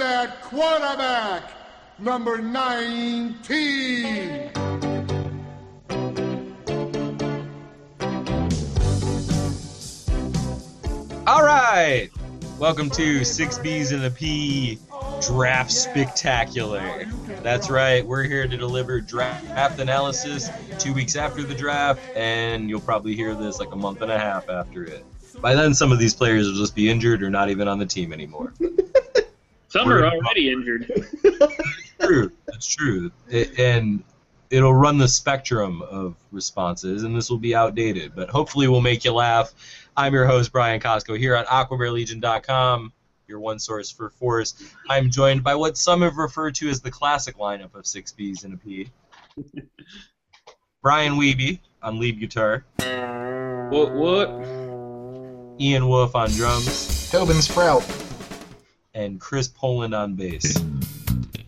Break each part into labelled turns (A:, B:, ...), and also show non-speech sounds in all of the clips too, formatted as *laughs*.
A: at quarterback, number 19.
B: All right. Welcome to Six B's and a P Draft Spectacular. That's right. We're here to deliver draft analysis two weeks after the draft, and you'll probably hear this like a month and a half after it. By then, some of these players will just be injured or not even on the team anymore.
C: Some are already injured.
B: true. That's true. It, and it'll run the spectrum of responses, and this will be outdated, but hopefully we'll make you laugh. I'm your host, Brian Costco, here on AquabearLegion.com, your one source for force. I'm joined by what some have referred to as the classic lineup of six Bs and a P. *laughs* Brian Wiebe on lead guitar,
C: What? What?
B: Ian Wolf on drums,
D: Tobin Sprout.
B: and Chris Poland on bass.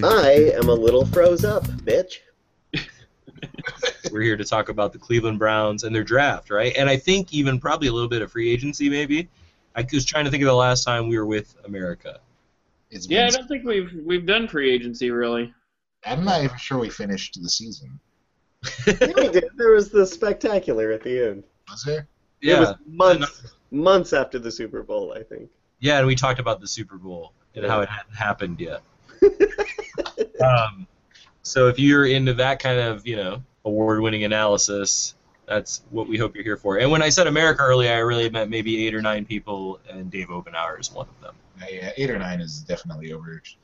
E: I am a little froze up, bitch.
B: We're here to talk about the Cleveland Browns and their draft, right? And I think even probably a little bit of free agency, maybe. I was trying to think of the last time we were with America.
D: It's
C: Yeah, I
D: been-
C: don't think we've we've done free agency really.
D: I'm not even sure we finished the season.
E: Yeah, we did. There was the spectacular at the end.
D: Was there?
B: yeah.
E: It was months, months after the Super Bowl, I think.
B: Yeah, and we talked about the Super Bowl and how it hadn't happened yet. um, so if you're into that kind of, you know, award-winning analysis, that's what we hope you're here for. And when I said America earlier, I really meant maybe eight or nine people, and Dave Openhauer is one of them.
D: Uh, yeah, eight or nine is definitely uh,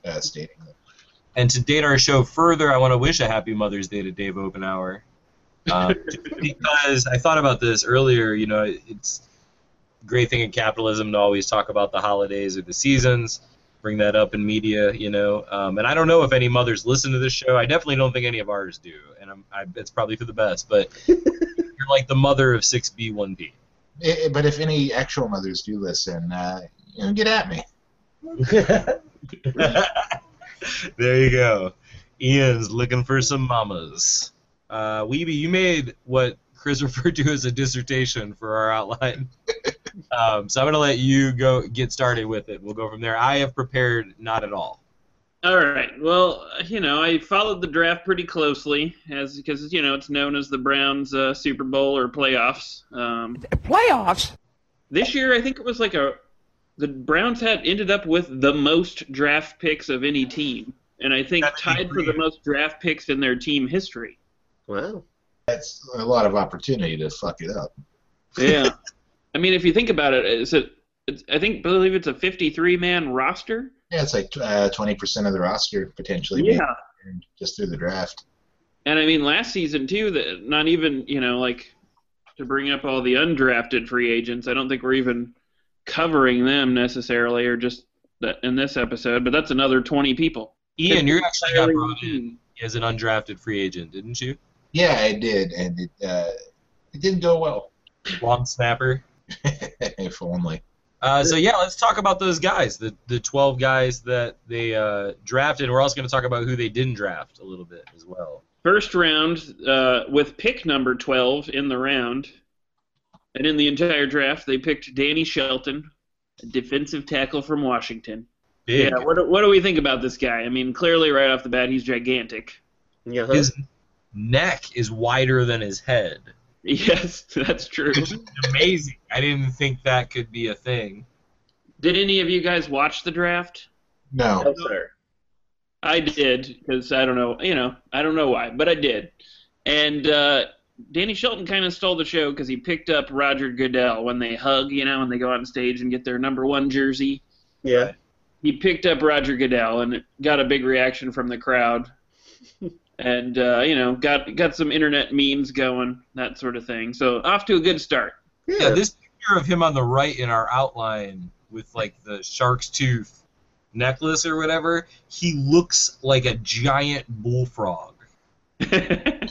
D: overstating it.
B: And to date our show further, I want to wish a happy Mother's Day to Dave Openhauer. Um, because I thought about this earlier, you know, it's a great thing in capitalism to always talk about the holidays or the seasons, bring that up in media, you know. Um, and I don't know if any mothers listen to this show. I definitely don't think any of ours do. And I'm, I, it's probably for the best. But you're like the mother of 6B1P.
D: It- it- But if any actual mothers do listen, uh, you know, get at me.
B: *laughs* there you go. Ian's looking for some mamas. Uh, Weeby, you made what Chris *laughs* referred to as a dissertation for our outline. um, so I'm going to let you go get started with it. We'll go from there. I have prepared not at all.
C: All right. Well, you know, I followed the draft pretty closely as because you know it's known as the Browns uh, Super Bowl or playoffs. Um,
F: Playoffs?
C: this year, I think it was like a the Browns had ended up with the most draft picks of any team, and I think
B: That's
C: tied for the
B: incredible.
C: most draft picks in their team history.
E: Wow.
D: That's a lot of opportunity to fuck it up.
C: Yeah. *laughs* I mean, if you think about it, it's a, it's, I think believe it's a 53 man roster.
D: Yeah, it's like uh, 20% of the roster potentially being turned just through the draft.
C: And I mean, last season too. That not even you know like to bring up all the undrafted free agents. I don't think we're even covering them necessarily, or just that in this episode. But that's another twenty people.
B: Ian, you actually got brought in
C: Team.
B: as an undrafted free agent, didn't you?
D: Yeah, I did, and it, uh, it didn't go well.
B: Long snapper.
D: *laughs* if only.
B: Uh, so yeah, let's talk about those guys, the the 12 guys that they uh, drafted. We're also going to talk about who they didn't draft a little bit as well.
C: First round uh, with pick number twelve in the round, and in the entire draft they picked Danny Shelton, a defensive tackle from Washington.
B: Big.
C: Yeah. What do- what do we think about this guy? I mean, clearly right off the bat he's gigantic. *laughs*
E: Yeah.
B: His neck is wider than his head.
C: Yes, that's true.
B: Amazing. I didn't think that could be a thing.
C: Did any of you guys watch the draft?
D: No.
E: No, Oh, sir.
C: I did because I don't know, you know, I don't know why, but I did. And uh, Danny Shelton kind of stole the show because he picked up Roger Goodell when they hug, you know, when they go on stage and get their number one jersey.
E: Yeah.
C: He picked up Roger Goodell and it got a big reaction from the crowd, and uh, you know, got got some internet memes going, that sort of thing. So off to a good start. *laughs*
B: Yeah, this picture of him on the right in our outline with like the shark's tooth necklace or whatever, he looks like a giant bullfrog.
C: I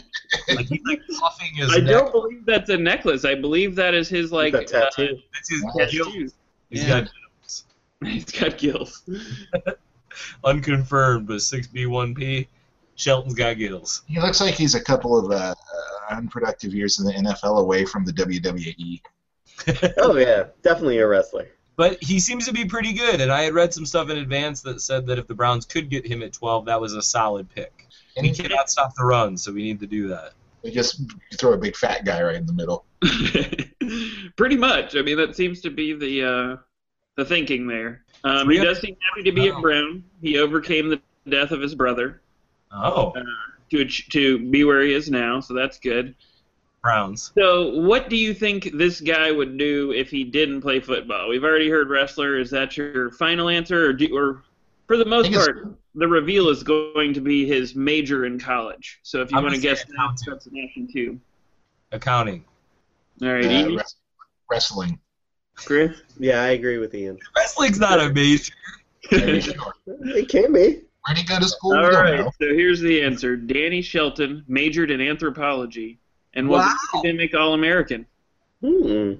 B: Like he's like puffing
C: *laughs*
B: his neck.
C: don't believe that's a necklace. I believe that is his like
E: Like a
C: uh,
E: tattoo.
B: That's his
D: Wow.
B: gill.
C: tattoos.
B: He's
C: Yeah.
B: got
C: *laughs* He's got gills. *laughs*
B: unconfirmed, but 6B1P. Shelton's got gills.
D: He looks like he's a couple of uh, uh, E unproductive years in the NFL away from the WWE.
E: Oh yeah, definitely a wrestler.
B: But he seems to be pretty good, and I had read some stuff in advance that said that if the Browns could get him at 12, that was a solid pick.
D: And
B: He
D: he,
B: cannot stop the run, so we need to do that.
D: they just throw a big fat guy right in the middle.
C: Pretty much. I mean, that seems to be the uh, the thinking there. Um, he
B: Three-
C: does seem happy to be
B: Oh.
C: at Brown. He overcame the death of his brother
B: Oh,
C: to ach- to be where he is now, so that's good.
B: Browns.
C: So, what do you think this guy would do if he didn't play football? We've already heard wrestler. Is that your final answer, or do, or for the
D: I
C: most
D: think it's-
C: part, the reveal is going to be his major in college. So, if you
B: I'm
C: want to
B: gonna say
C: guess, now,
B: accounting.
C: that's an option too.
B: Accounting.
C: All right,
D: uh,
C: Ian,
D: wrest- wrestling.
C: Chris.
E: Yeah, I agree with Ian.
B: Wrestling's not a major.
C: *laughs*
D: Very sure.
E: It can be.
D: Where'd he go to school?
C: All
D: We don't
C: right.
D: know.
C: So here's the answer. Danny Shelton majored in anthropology and was an
B: Wow.
C: academic All-American.
E: Hmm.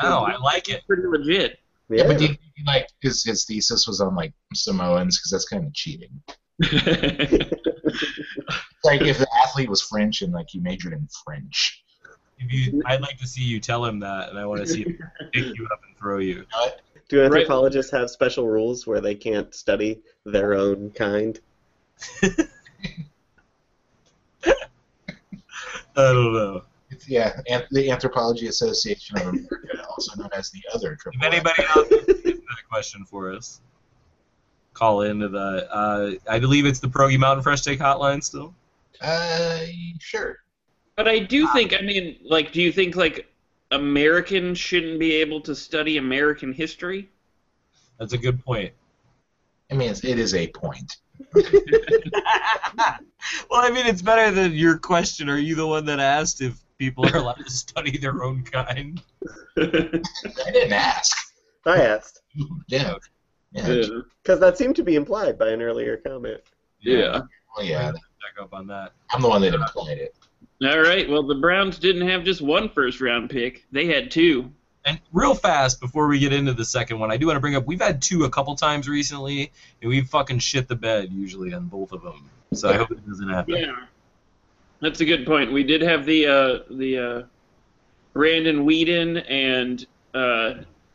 B: Wow, I like it.
C: Pretty legit. *laughs*
D: Yeah,
E: Yeah.
D: but do you think, like his his thesis was on like Samoans because that's kind of cheating. Like if the athlete was French and like he majored in French,
B: If you, I'd like to see you tell him that, and I want to see him pick you up and throw you.
E: Do
C: Right.
E: anthropologists have special rules where they can't study their own kind?
B: I don't know.
D: It's- yeah, an- the Anthropology Association of America, also known as the other
B: If
D: triple.
B: anybody else has a question for us, call into the. Uh, I believe it's the Progy Mountain Fresh Take Hotline still.
D: uh, sure.
C: But I do think, I mean, like, do you think, like, Americans shouldn't be able to study American history? *laughs*
B: That's a good point.
D: I mean, it's, it is a point.
B: well, I mean, it's better than your question. Are you the one that asked if people are allowed to study their own kind?
D: I didn't ask.
E: I asked
D: Yeah. Yeah.
E: because that seemed to be implied by an earlier comment.
D: Well, yeah.
B: Check up on that.
D: I'm the one that implied it.
C: All right. Well, the Browns didn't have just one first round pick, they had two.
B: And real fast before we get into the second one, I do want to bring up we've had two a couple times recently, and we fucking shit the bed usually on both of them. So I hope it doesn't happen.
C: Yeah. That's a good point. We did have the uh, the uh, Brandon Whedon and uh,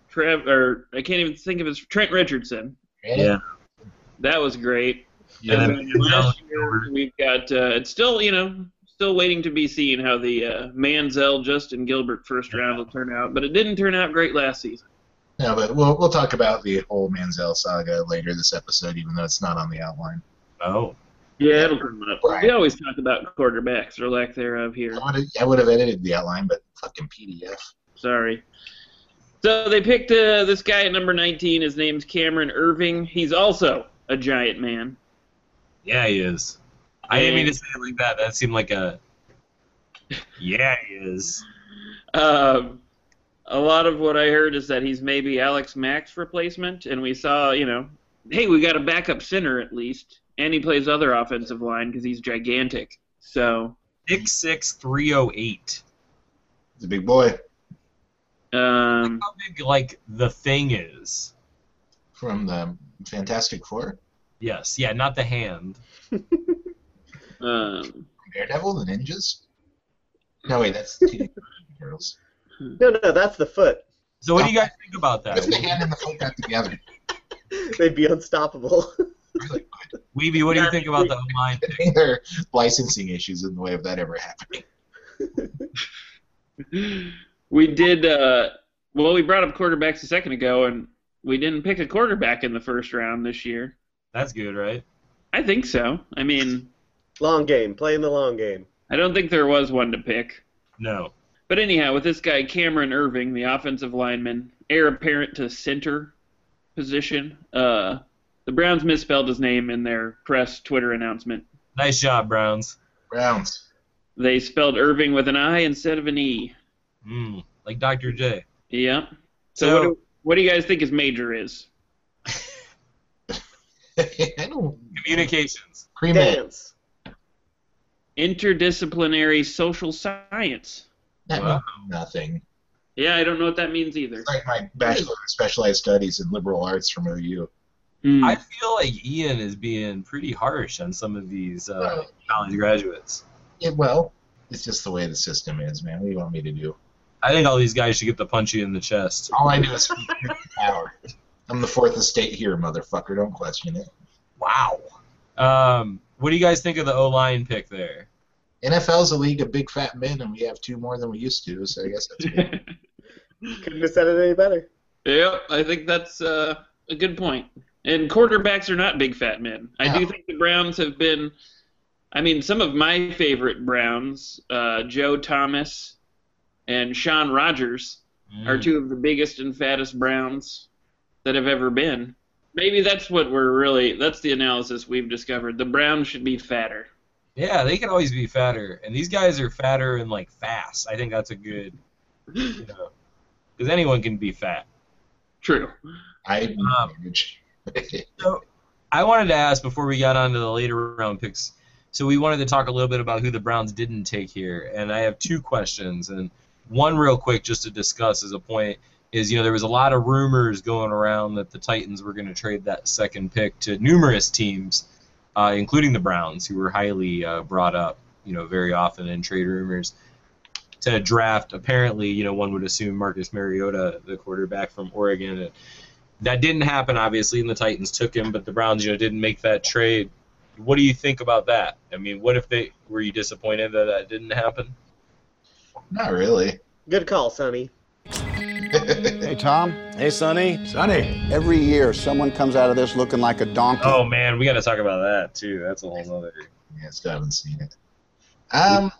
C: Trev, or I can't even think of his Trent Richardson.
B: Yeah.
C: That was great.
B: Yeah.
C: And then last year we've got uh, it's still you know still waiting to be seen how the uh, Manziel Justin Gilbert first round will turn out, but it didn't turn out great last season.
D: No, but we'll we'll talk about the whole Manziel saga later this episode, even though it's not on the outline.
B: Oh.
C: Yeah, it'll come up.
D: Right.
C: We always talk about quarterbacks or lack thereof here.
D: I would have I would have edited the outline, but fucking PDF.
C: Sorry. So they picked uh, this guy at number 19. His name's Cameron Irving. He's also a giant man.
B: Yeah, he is. I didn't mean to say it like that. That seemed like a. Yeah, he is.
C: Um, a lot of what I heard is that he's maybe Alex Mack's replacement, and we saw, you know, hey, we got a backup center at least, and he plays other offensive line because he's gigantic. So
B: Six six three oh eight.
D: He's a big boy
C: um,
B: How big like the thing is?
D: from the Fantastic Four,
B: Yes. Yeah. Not the hand.
C: um,
D: Daredevil, the ninjas. No wait, that's Teenage Mutant Ninja Turtles.
E: No, no, that's the foot. *laughs*
B: So what do you guys think about
D: That's the
B: that?
D: hand and the foot got together. *laughs*
E: They'd be unstoppable.
B: Weeby, what do you think about the line?
D: I think there are licensing issues in the way of that ever happening.
C: we did. Uh, well, we brought up quarterbacks a second ago, and we didn't pick a quarterback in the first round this year.
B: That's good, right?
C: I think so. I mean,
E: long game, playing the long game.
C: I don't think there was one to pick.
B: No.
C: But anyhow, with this guy Cameron Irving, the offensive lineman, heir apparent to center position, uh, the Browns misspelled his name in their press Twitter announcement.
B: Nice job, Browns.
D: Browns. *laughs*
C: They spelled Irving with an I instead of an E.
B: Mm, like Dr. J.
C: Yeah. So,
B: So-
C: what, do, what do you guys think his major is?
D: I don't.
B: Communications.
D: Cremate.
E: Dance.
C: Interdisciplinary social science.
D: That
B: Wow.
D: means nothing.
C: Yeah, I don't know what that means either.
D: It's like my bachelor of specialized studies in liberal arts from OU.
B: *laughs*
C: Hmm.
B: I feel like Ian is being pretty harsh on some of these uh, college graduates.
D: Yeah, well, it's just the way the system is, man. What do you want me to do?
B: I think all these guys should get the punch you in the chest.
D: All I do is speak truth to *laughs* power. I'm the fourth estate here, motherfucker. Don't question it.
B: Wow. Um, what do you guys think of the O line pick there?
D: NFL's a league of big fat men, and we have two more than we used to. So I guess that's good.
C: *laughs*
E: Couldn't have said it any better.
C: Yep, I think that's uh, a good point. And quarterbacks are not big fat men. I do
D: No.
C: think the Browns have been. I mean, some of my favorite Browns, uh, Joe Thomas and Sean Rogers,
B: Mm.
C: are two of the biggest and fattest Browns that have ever been. Maybe that's what we're really. That's the analysis we've discovered. The Browns should be fatter.
B: Yeah, they can always be fatter, and these guys are fatter and like fast. I think that's a good, you know, because anyone can be fat.
C: True.
D: I
B: Um,
D: manage.
B: I wanted to ask before we got on to the later round picks. So we wanted to talk a little bit about who the Browns didn't take here, and I have two questions, and one real quick just to discuss as a point is you know there was a lot of rumors going around that the Titans were going to trade that second pick to numerous teams, uh, including the Browns, who were highly uh, brought up, you know, very often in trade rumors to draft. Apparently, you know, one would assume Marcus Mariota, the quarterback from Oregon, at that didn't happen obviously and the titans took him but the browns you know didn't make that trade what do you think about that i mean what if they were you disappointed that that didn't happen
D: Not really.
E: Good call, Sonny.
F: Hey, Tom.
G: Hey, Sonny.
F: Every year, someone comes out of this looking like a donkey.
B: oh man we got to talk about that too that's a whole other
D: Yeah, still haven't seen it. Um,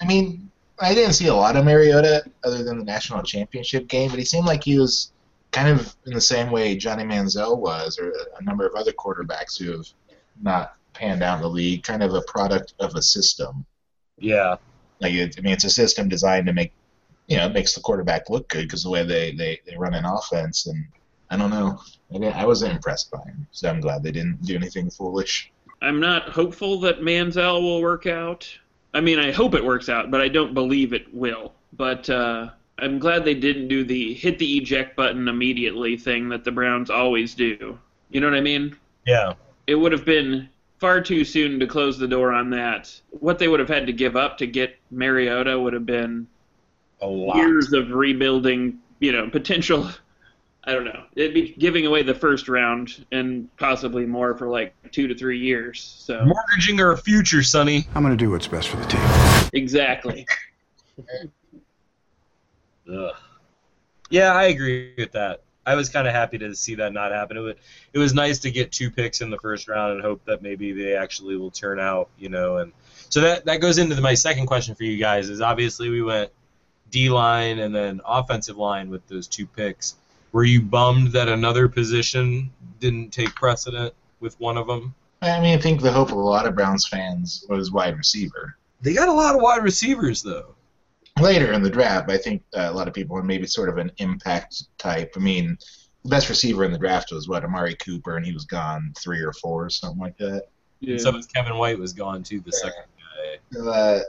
D: I mean, I didn't see a lot of Mariota other than the national championship game, but he seemed like he was kind of in the same way Johnny Manziel was, or a number of other quarterbacks who have not panned out in the league. Kind of a product of a system.
B: yeah
D: Like, it, I mean, it's a system designed to make, you know, it makes the quarterback look good because the way they, they, they run an offense. And I don't know. I, didn't, I wasn't impressed by him, so I'm glad they didn't do anything foolish.
C: I'm not hopeful that Manziel will work out. I mean, I hope it works out, but I don't believe it will. But uh, I'm glad they didn't do the hit the eject button immediately thing that the Browns always do. You know what I mean?
B: yeah
C: It would have been far too soon to close the door on that. What they would have had to give up to get Mariota would have been
B: a lot
C: years of rebuilding, you know, potential. I don't know. It'd be giving away the first round and possibly more for like two to three years. So
B: mortgaging our future sonny
F: I'm going to do what's best for the team.
C: exactly.
B: Ugh. yeah i agree with that i was kind of happy to see that not happen it was, it was nice to get two picks in the first round and hope that maybe they actually will turn out you know and so that that goes into my second question for you guys is obviously we went D line and then offensive line with those two picks. Were you bummed that another position didn't take precedent with one of them?
D: I mean, I think the hope of a lot of Browns fans was wide receiver.
B: They got a lot of wide receivers though.
D: Later in the draft, I think uh, a lot of people were maybe sort of an impact type. I mean, the best receiver in the draft was what Amari Cooper, and he was gone three or four or something like that.
C: Yeah.
B: So was Kevin White was gone too. The second guy.
D: Uh,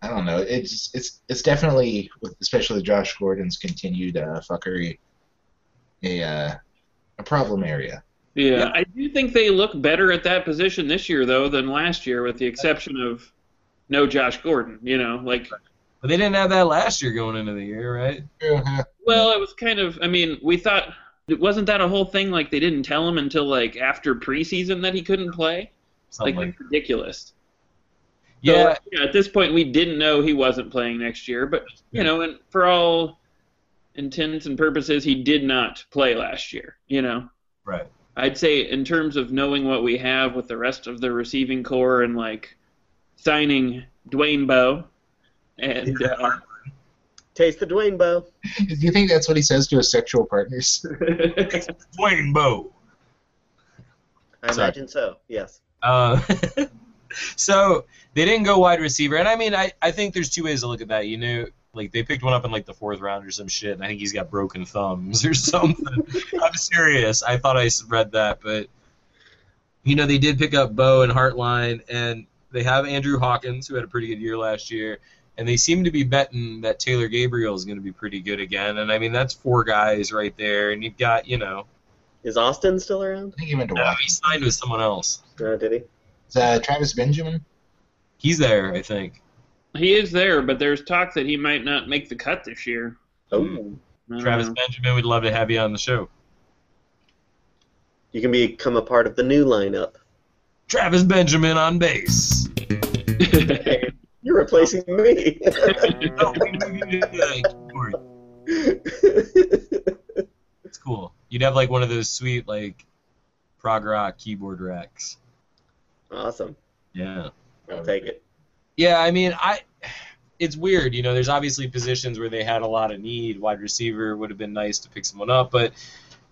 D: I don't know. It's it's it's definitely, with especially Josh Gordon's continued uh, fuckery, a uh, a problem area.
C: yeah. I do think they look better at that position this year though than last year, with the exception of no Josh Gordon. You know, like
B: But they didn't have that last year going into the year, right?
D: Uh-huh.
C: well, it was kind of. I mean, we thought wasn't that a whole thing? Like they didn't tell him until like after preseason that he couldn't play.
B: Something
C: like
B: like
C: that's ridiculous. So,
B: yeah.
C: yeah. At this point, we didn't know he wasn't playing next year, but you know, and for all intents and purposes, he did not play last year. You know,
B: Right.
C: I'd say in terms of knowing what we have with the rest of the receiving core and like signing Dwayne Bowe and uh,
E: Taste the Dwayne bow.
D: Do you think that's what he says to his sexual partners? *laughs*
C: *laughs*
B: Dwayne Bowe.
E: I
B: Sorry.
E: imagine so. Yes.
B: Uh, *laughs* so they didn't go wide receiver, and I mean, I, I think there's two ways to look at that. You know, like they picked one up in like the fourth round or some shit, and I think he's got broken thumbs *laughs* or something. I'm serious. I thought I s- read that, but you know, they did pick up Bo and Hartline, and they have Andrew Hawkins, who had a pretty good year last year, and they seem to be betting that Taylor Gabriel is going to be pretty good again. And I mean, that's four guys right there, and you've got you know,
E: Is Austin still around?
D: I think he went to
B: no,
D: watch.
B: he signed with someone else.
E: No, did he?
D: Is, uh, Travis Benjamin.
B: He's there, I think. Mm-hmm.
C: he is there, but there's talk that he might not make the cut this year.
B: Hmm.
E: Oh,
C: I don't
B: Travis
C: know.
B: Benjamin, we'd love to have you on the show.
E: you can become a part of the new lineup.
B: Travis Benjamin on bass.
E: You're replacing me. *laughs*
B: it's cool. You'd have like one of those sweet like prog rock keyboard racks.
E: awesome.
B: Yeah.
E: I'll take it.
B: Yeah, I mean, I it's weird, you know. There's obviously positions where they had a lot of need. Wide receiver would have been nice to pick someone up, but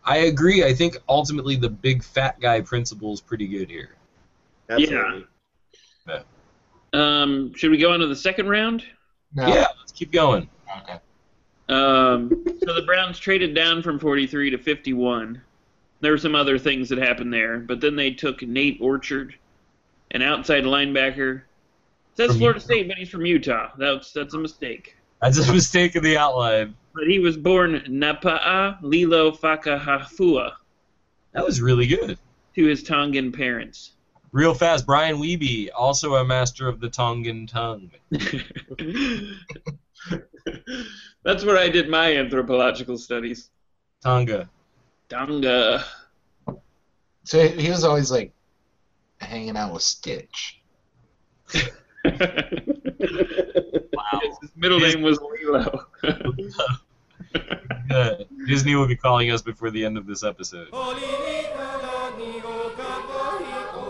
B: I agree. I think ultimately the big fat guy principle is pretty good here.
E: Absolutely.
C: *laughs* um, should we go on to the second round?
D: No.
B: Yeah, let's keep going.
D: Okay.
C: Um, so the Browns traded down from 43 to 51. There were some other things that happened there, but then they took Nate Orchard, an outside linebacker. That's
B: From
C: Florida
B: Utah.
C: State, but he's from Utah. That's that's a mistake.
B: That's a mistake in the outline.
C: But he was born Napa'a Lilo Fakahafua
B: That was really good.
C: to his Tongan parents. *laughs*
B: Real fast, Brian Wiebe, also a master of the Tongan tongue.
C: That's where I did my anthropological studies.
B: Tonga.
C: Tonga.
D: So he was always like hanging out with Stitch.
C: *laughs* His middle name was Lilo. *laughs*
B: Yeah, Disney will be calling us before the end of this episode.
D: Well,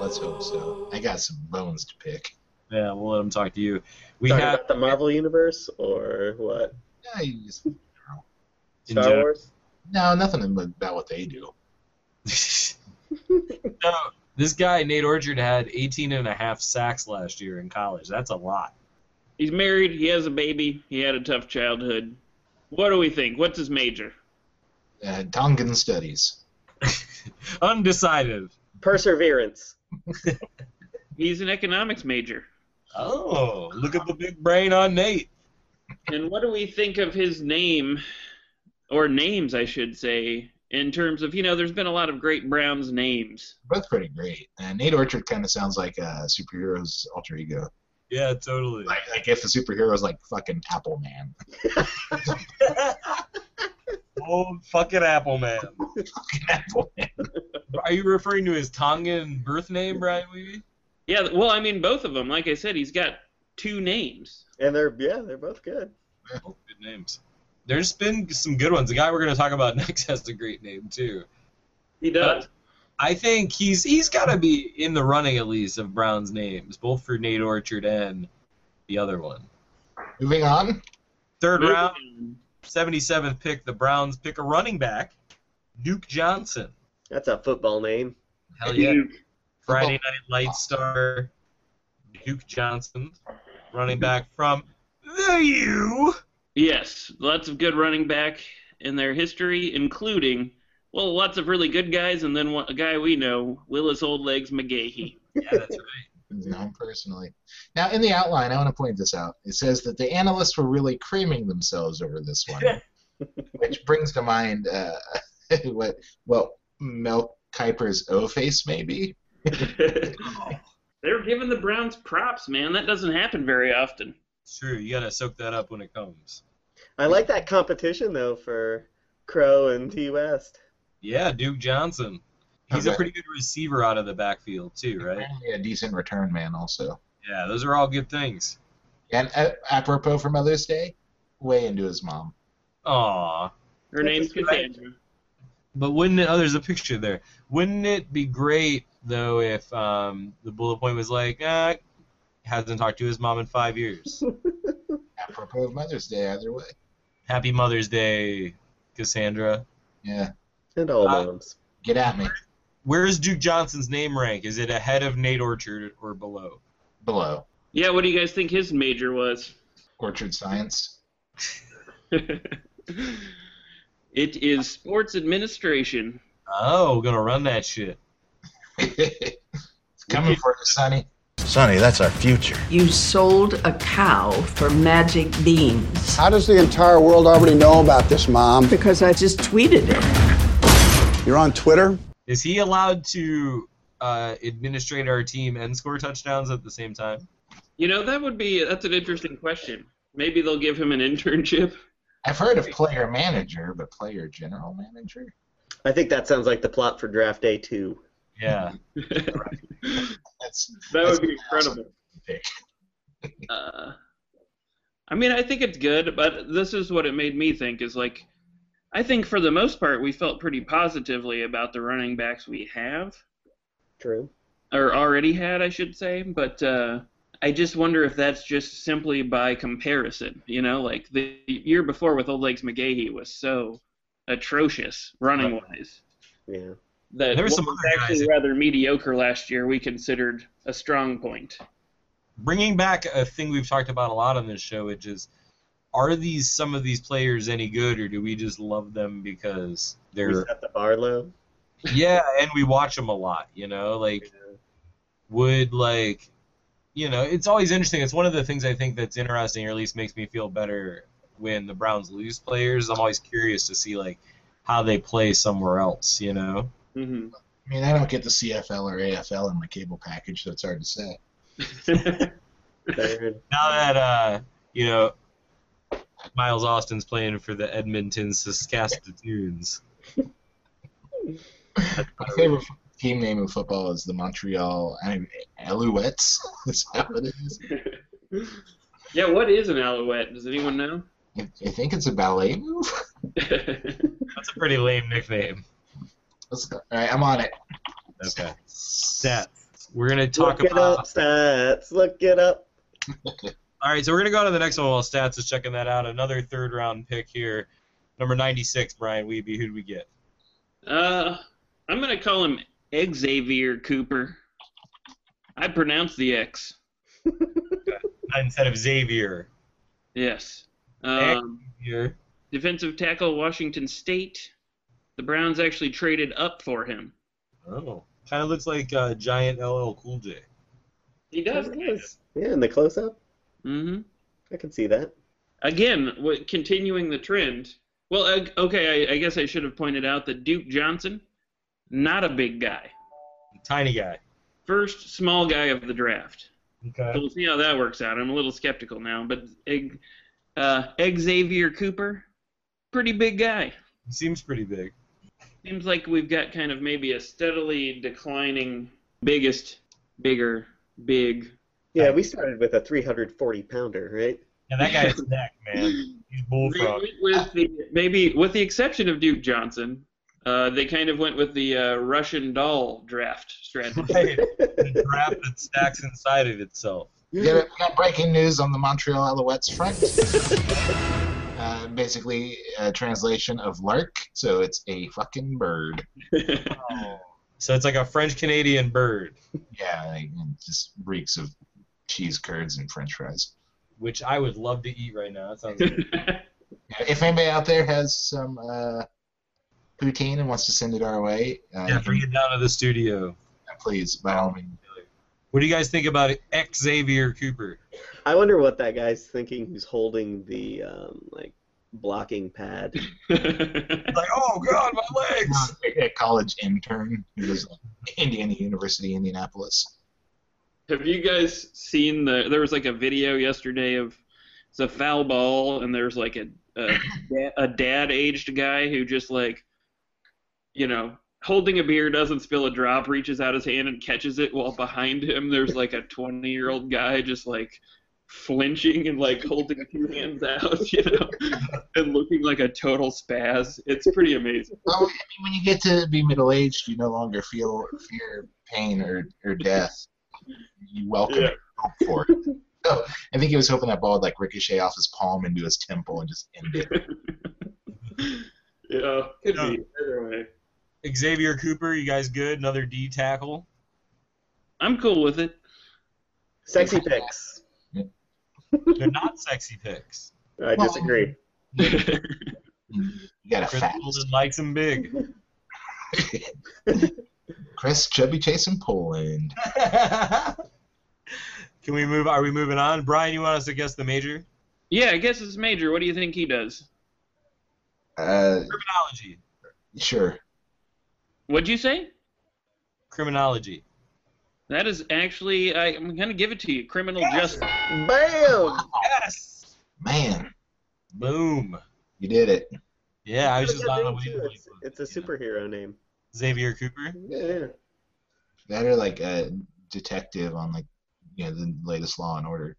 D: let's hope so. I got some bones to pick.
B: Yeah, we'll let him talk to you. We
E: Talking
B: have *laughs*
E: about the Marvel universe or what?
D: Yeah, you just-
B: In
E: Star
B: general.
E: Wars.
D: no, nothing about what they do.
B: so this guy Nate Orchard had 18 and a half sacks last year in college. That's a lot.
C: He's married. He has a baby. He had a tough childhood. What do we think? What's his major?
D: Uh, Tongan studies.
B: Undecided.
E: Perseverance.
C: He's an economics major.
B: Oh, look at the big brain on Nate.
C: And what do we think of his name, or names, I should say, in terms of, you know, there's been a lot of great Browns names.
D: Both pretty great. Uh, Nate Orchard kind of sounds like a superhero's alter ego.
B: Yeah, totally.
D: Like, like if the superhero's like fucking Apple Man. *laughs*
B: oh, fucking Apple Man.
D: Fucking Apple Man.
B: Are you referring to his Tongan birth name, Brian Weeby?
C: Yeah, well, I mean, both of them. Like I said, he's got two names.
E: And they're yeah, they're both good.
B: Both good names. There's been some good ones. The guy we're going to talk about *laughs* next has a great name too.
C: He
B: does. I think he's he's got to be in the running at least of Brown's names, both for Nate Orchard and the other one.
D: Moving on.
B: Third round, 77th pick, the Browns pick a running back, Duke Johnson.
E: That's a football name.
B: Hell yeah. Friday Night Lights star Duke Johnson, running back from the U.
C: Yes, lots of good running back in their history, including, well, lots of really good guys, and then one, a guy we know, Willis Old Legs McGahee.
B: Yeah, that's right.
D: known personally. Now, in the outline, I want to point this out. It says that the analysts were really creaming themselves over this one, which brings to mind uh, *laughs* what well Mel Kiper's O face maybe.
C: *laughs* They're giving the Browns props, man. That doesn't happen very often.
B: True, you got to soak that up when it comes.
E: I like that competition though for Crow and T West.
B: Yeah, Duke Johnson. He's a
D: Okay.
B: pretty good receiver out of the backfield, too, right?
D: Apparently a decent return man also.
B: Yeah, those are all good things.
D: And uh, apropos for Mother's Day, way into his mom.
B: Aw.
C: Her name's Cassandra.
B: But wouldn't it? Oh, there's a picture there. Wouldn't it be great though if um, the bullet point was like, uh, hasn't talked to his mom in five years.
D: Apropos of Mother's Day either way.
B: Happy Mother's Day, Cassandra.
D: Yeah,
E: And all
B: Uh,
E: moms.
D: get at me
B: Where is Duke Johnson's name rank? Is it ahead of Nate Orchard or below?
D: below
C: Yeah, what do you guys think his major was? *laughs*
D: Orchard Science. *laughs*
C: it is sports administration.
B: Oh, gonna run that shit.
D: it's coming for you, Sonny.
G: Sonny, that's our future.
H: You sold a cow for magic beans.
F: How does the entire world already know about this, Mom?
H: Because I just tweeted it.
F: You're on Twitter?
B: Is he allowed to uh, administrate our team and score touchdowns at the same time?
C: You know, that would be that's an interesting question. Maybe they'll give him an internship. *laughs*
D: I've heard of player manager, but player general manager?
E: I think that sounds like the plot for draft day two.
B: Yeah.
D: That's
C: That
D: That's
C: would be
D: awesome.
C: incredible. Uh, I mean, I think it's good, but this is what it made me think is like, I think for the most part, we felt pretty positively about the running backs we have,
E: True.
C: or already had, I should say, but uh, I just wonder if that's just simply by comparison. You know, like the year before with Old Legs McGahee was so atrocious running wise
E: Yeah.
B: There
C: that
B: were
C: what
B: some
C: was
B: other guys
C: actually
B: that-
C: rather mediocre last year we considered a strong point.
B: Bringing back a thing we've talked about a lot on this show, which is are these some of these players any good or do we just love them because
E: We
B: they're
E: set the
B: *laughs*
E: bar low.
B: yeah and we watch them a lot you know like would like you know it's always interesting it's one of the things i think that's interesting or at least makes me feel better when the browns lose players i'm always curious to see like how they play somewhere else you know *laughs*
C: hmm
D: I mean, I don't get the CFL or AFL in my cable package, so it's hard to say.
E: Third.
B: now that uh you know miles austin's playing for the edmonton saskatchewans
D: My favorite f- team name in football is the Montreal I mean, Alouettes. *laughs* That's what it is.
C: Yeah, what is an alouette? Does anyone know? *laughs*
D: I I think it's a ballet move.
B: that's a pretty lame nickname
D: Let's go. All right, I'm on it.
B: okay stats we're going to talk
E: Look
B: about
E: it up, stats. Look it up.
B: All right, so we're going to go on to the next one while Stats is checking that out. Another third round pick here. Number 96, Brian Weeby. Who'd we get?
C: uh, I'm gonna call him Xavier Cooper. I pronounce the X.
B: Instead of Xavier.
C: Yes. Um,
B: Xavier.
C: defensive tackle, Washington State. The Browns actually traded up for him.
B: Oh. Kind of looks like uh, giant LL Cool J.
C: He does.
E: Yeah, in the close up.
C: Mm-hmm.
E: I can see that.
C: Again, w- continuing the trend. Well, uh, okay, I, I guess I should have pointed out that Duke Johnson, not a big guy.
B: Tiny guy.
C: First small guy of the draft. So
B: Okay.
C: we'll see how that works out. I'm a little skeptical now, but Ig- uh, Xavier Cooper, pretty big guy.
B: He seems pretty big.
C: Seems like we've got kind of maybe a steadily declining biggest, bigger, big.
E: Yeah, we started with a 340 pounder, right?
B: And that guy's neck, man. He's
C: They
B: bullfrog.
C: went with the, maybe with the exception of Duke Johnson, uh, they kind of went with the uh, Russian doll draft strategy.
E: *laughs*
B: Right. The draft that stacks inside of itself.
D: We got, we got breaking news on the Montreal Alouettes front. uh, basically, a translation of lark, so it's a fucking bird.
B: So it's like a French Canadian bird,
D: Yeah, like, it just reeks of cheese curds and French fries.
B: which I would love to eat right now. That sounds good.
D: Yeah, If anybody out there has some uh, poutine and wants to send it our way, uh,
B: yeah,
D: you
B: bring
D: can,
B: it down to the studio.
D: please, by all means.
B: What do you guys think about Xavier Cooper?
E: I wonder what that guy's thinking who's holding the um, like blocking pad.
C: *laughs*
B: Like, oh god, my legs!
D: A college intern who was at Indiana University, Indianapolis.
C: Have you guys seen the? There was like a video yesterday of it's a foul ball, and there's like a a, da- a dad aged guy who just like, you know, holding a beer doesn't spill a drop, reaches out his hand and catches it, while behind him there's like a 20 year old guy just like flinching and like holding two hands out, *laughs* you know, and looking like a total spaz. It's pretty amazing. *laughs*
D: Well, I mean, when you get to be middle aged, you no longer feel fear, pain, or, or death. You welcome it, hope for it. So, I think he was hoping that ball would like ricochet off his palm into his temple and just end it.
C: Yeah, could be either way.
B: Xavier Cooper, you guys good? Another D tackle.
C: I'm cool with it.
B: *laughs*
E: Sexy pics.
B: They're not sexy picks.
E: I disagree.
D: You got a
B: Chris
D: fat *laughs*
B: Golden likes them big. *laughs*
D: Chris Chubby chasing Poland.
B: Can we move? Are we moving on? Brian, you want us to guess the major?
C: Yeah, I guess it's major. What do you think he does?
D: Uh,
B: Criminology.
D: sure.
C: What'd you say?
B: Criminology.
C: That is actually, I, I'm gonna give it to you. Criminal justice.
E: Bam!
B: Yes.
D: Man,
B: Boom.
D: You did it.
B: Yeah, I was
E: It's
B: just
E: a
B: on
E: name,
B: the way.
E: too. It's, it's a superhero name.
B: Xavier Cooper.
E: Yeah.
D: That or like a detective on like you know the latest Law and Order.